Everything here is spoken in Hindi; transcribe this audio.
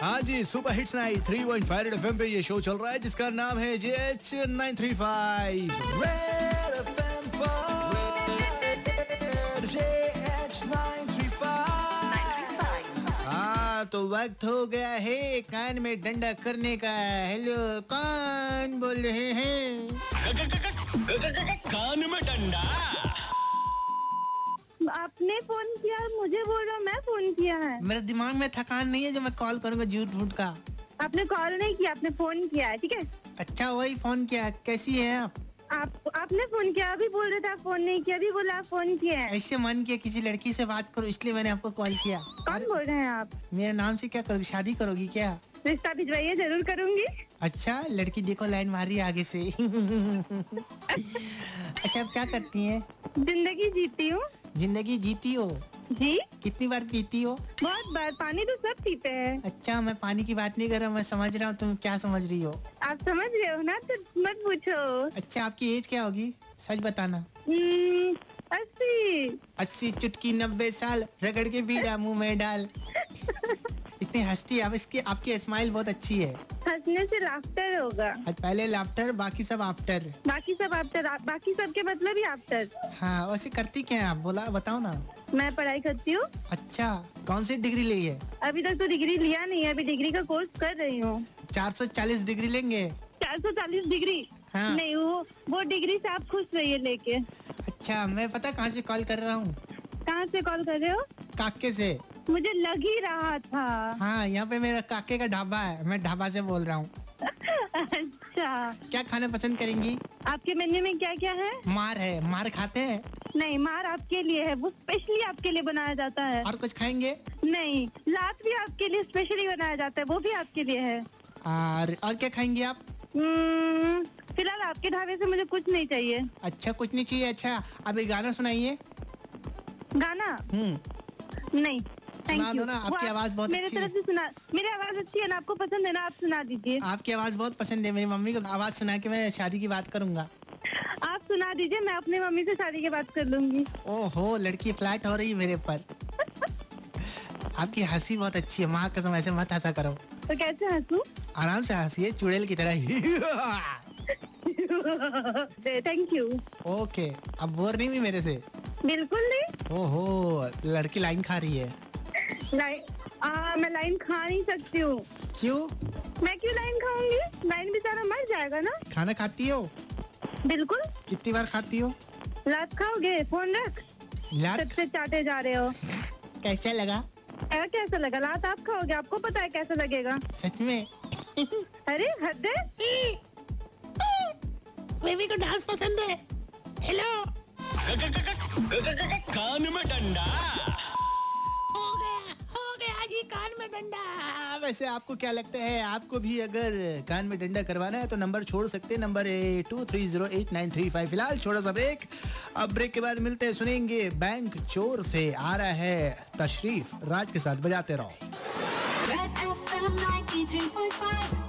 हाँ जी super hits night three point five F पे ये शो चल रहा है जिसका नाम है J H nine three five हाँ तो वक्त हो गया है कान में डंडा करने का हेलो कान बोल रहे हैं कान में डंडा आपने फोन किया और मुझे बोल रहा मैं फोन किया है मेरे दिमाग में थकान नहीं है जो मैं कॉल करूंगा झूठ फूट का आपने कॉल नहीं किया आपने फोन किया है ठीक है अच्छा वही फोन किया कैसी है आप आप आपने फोन किया अभी बोल रहे थे आप फोन नहीं किया अभी बोला आप फोन किया है ऐसे मन किया किसी लड़की से बात करो इसलिए मैंने आपको कॉल किया कौन बोल रहे हैं आप मेरे नाम से क्या करोगी शादी करोगी क्या रिश्ता भिजवाइए जरूर करूंगी अच्छा लड़की देखो लाइन मार रही है आगे से अच्छा आप क्या करती हैं जिंदगी जीती हूँ जिंदगी जीती हो जी कितनी बार पीती हो बहुत बार पानी तो सब पीते हैं अच्छा मैं पानी की बात नहीं कर रहा मैं समझ रहा हूँ तुम क्या समझ रही हो आप समझ रहे हो ना तो मत पूछो अच्छा आपकी एज क्या होगी सच बताना हम्म, अस्सी अस्सी चुटकी नब्बे साल रगड़ के बीड़ा मुंह में डाल इतनी हंसती है आप इसकी आपकी स्माइल बहुत अच्छी है हंसने से लाफ्टर होगा आज पहले लाफ्टर बाकी सब आफ्टर बाकी सब आफ्टर आप बाकी सब के मतलब ही आफ्टर हाँ वैसे करती क्या है आप बोला बताओ ना मैं पढ़ाई करती हूँ अच्छा कौन सी डिग्री ली है अभी तक तो डिग्री लिया नहीं है अभी डिग्री का कोर्स कर रही हूँ 440 डिग्री लेंगे 440 डिग्री हाँ। नहीं वो वो डिग्री से आप खुश रहिए लेके अच्छा मैं पता कहाँ से कॉल कर रहा हूँ कहाँ से कॉल कर रहे हो काके से मुझे लग ही रहा था हाँ यहाँ पे मेरा काके का ढाबा है मैं ढाबा से बोल रहा हूँ अच्छा क्या खाना पसंद करेंगी आपके मेन्यू में क्या क्या है मार है मार खाते हैं नहीं मार आपके लिए है वो स्पेशली आपके लिए बनाया जाता है और कुछ खाएंगे नहीं लात भी आपके लिए स्पेशली बनाया जाता है वो भी आपके लिए है और और क्या खाएंगे आप हम्म, फिलहाल आपके ढाबे से मुझे कुछ नहीं चाहिए अच्छा कुछ नहीं चाहिए अच्छा अभी गाना सुनाइए गाना हम्म नहीं सुना थैंक दो यू ना, आपकी आवाज बहुत मेरे अच्छी तरफ है। से सुना मेरी आवाज अच्छी है ना आपको पसंद है ना आप सुना दीजिए आपकी आवाज बहुत पसंद है मेरी मम्मी को आवाज सुना के मैं शादी की बात करूंगा आप सुना दीजिए मैं अपने मम्मी से शादी की बात कर लूंगी ओहो लड़की फ्लैट हो रही है मेरे पर आपकी हंसी बहुत अच्छी है माँ कसम ऐसे मत हंसा करो तो कैसे हंसू आराम से हंसिए चुड़ैल की तरह ही थैंक यू ओके अब बोर नहीं हुई मेरे से बिल्कुल नहीं ओहो लड़की लाइन खा रही है लाइन आ, मैं लाइन खा नहीं सकती हूँ क्यों मैं क्यों लाइन खाऊंगी लाइन बेचारा मर जाएगा ना खाना खाती हो बिल्कुल कितनी बार खाती हो रात खाओगे फोन रख लात सबसे चाटे जा रहे हो कैसा लगा अरे कैसा लगा रात आप खाओगे आपको पता है कैसा लगेगा सच में अरे हद है बेबी को डांस पसंद है हेलो कान में डंडा हो गया हो गया जी कान में डंडा वैसे आपको क्या लगता है आपको भी अगर कान में डंडा करवाना है तो नंबर छोड़ सकते हैं नंबर है two three zero eight nine three five फिलहाल छोटा सा ब्रेक अब ब्रेक के बाद मिलते हैं सुनेंगे बैंक चोर से आ रहा है तशरीफ राज के साथ बजाते रहो Red FM 93.5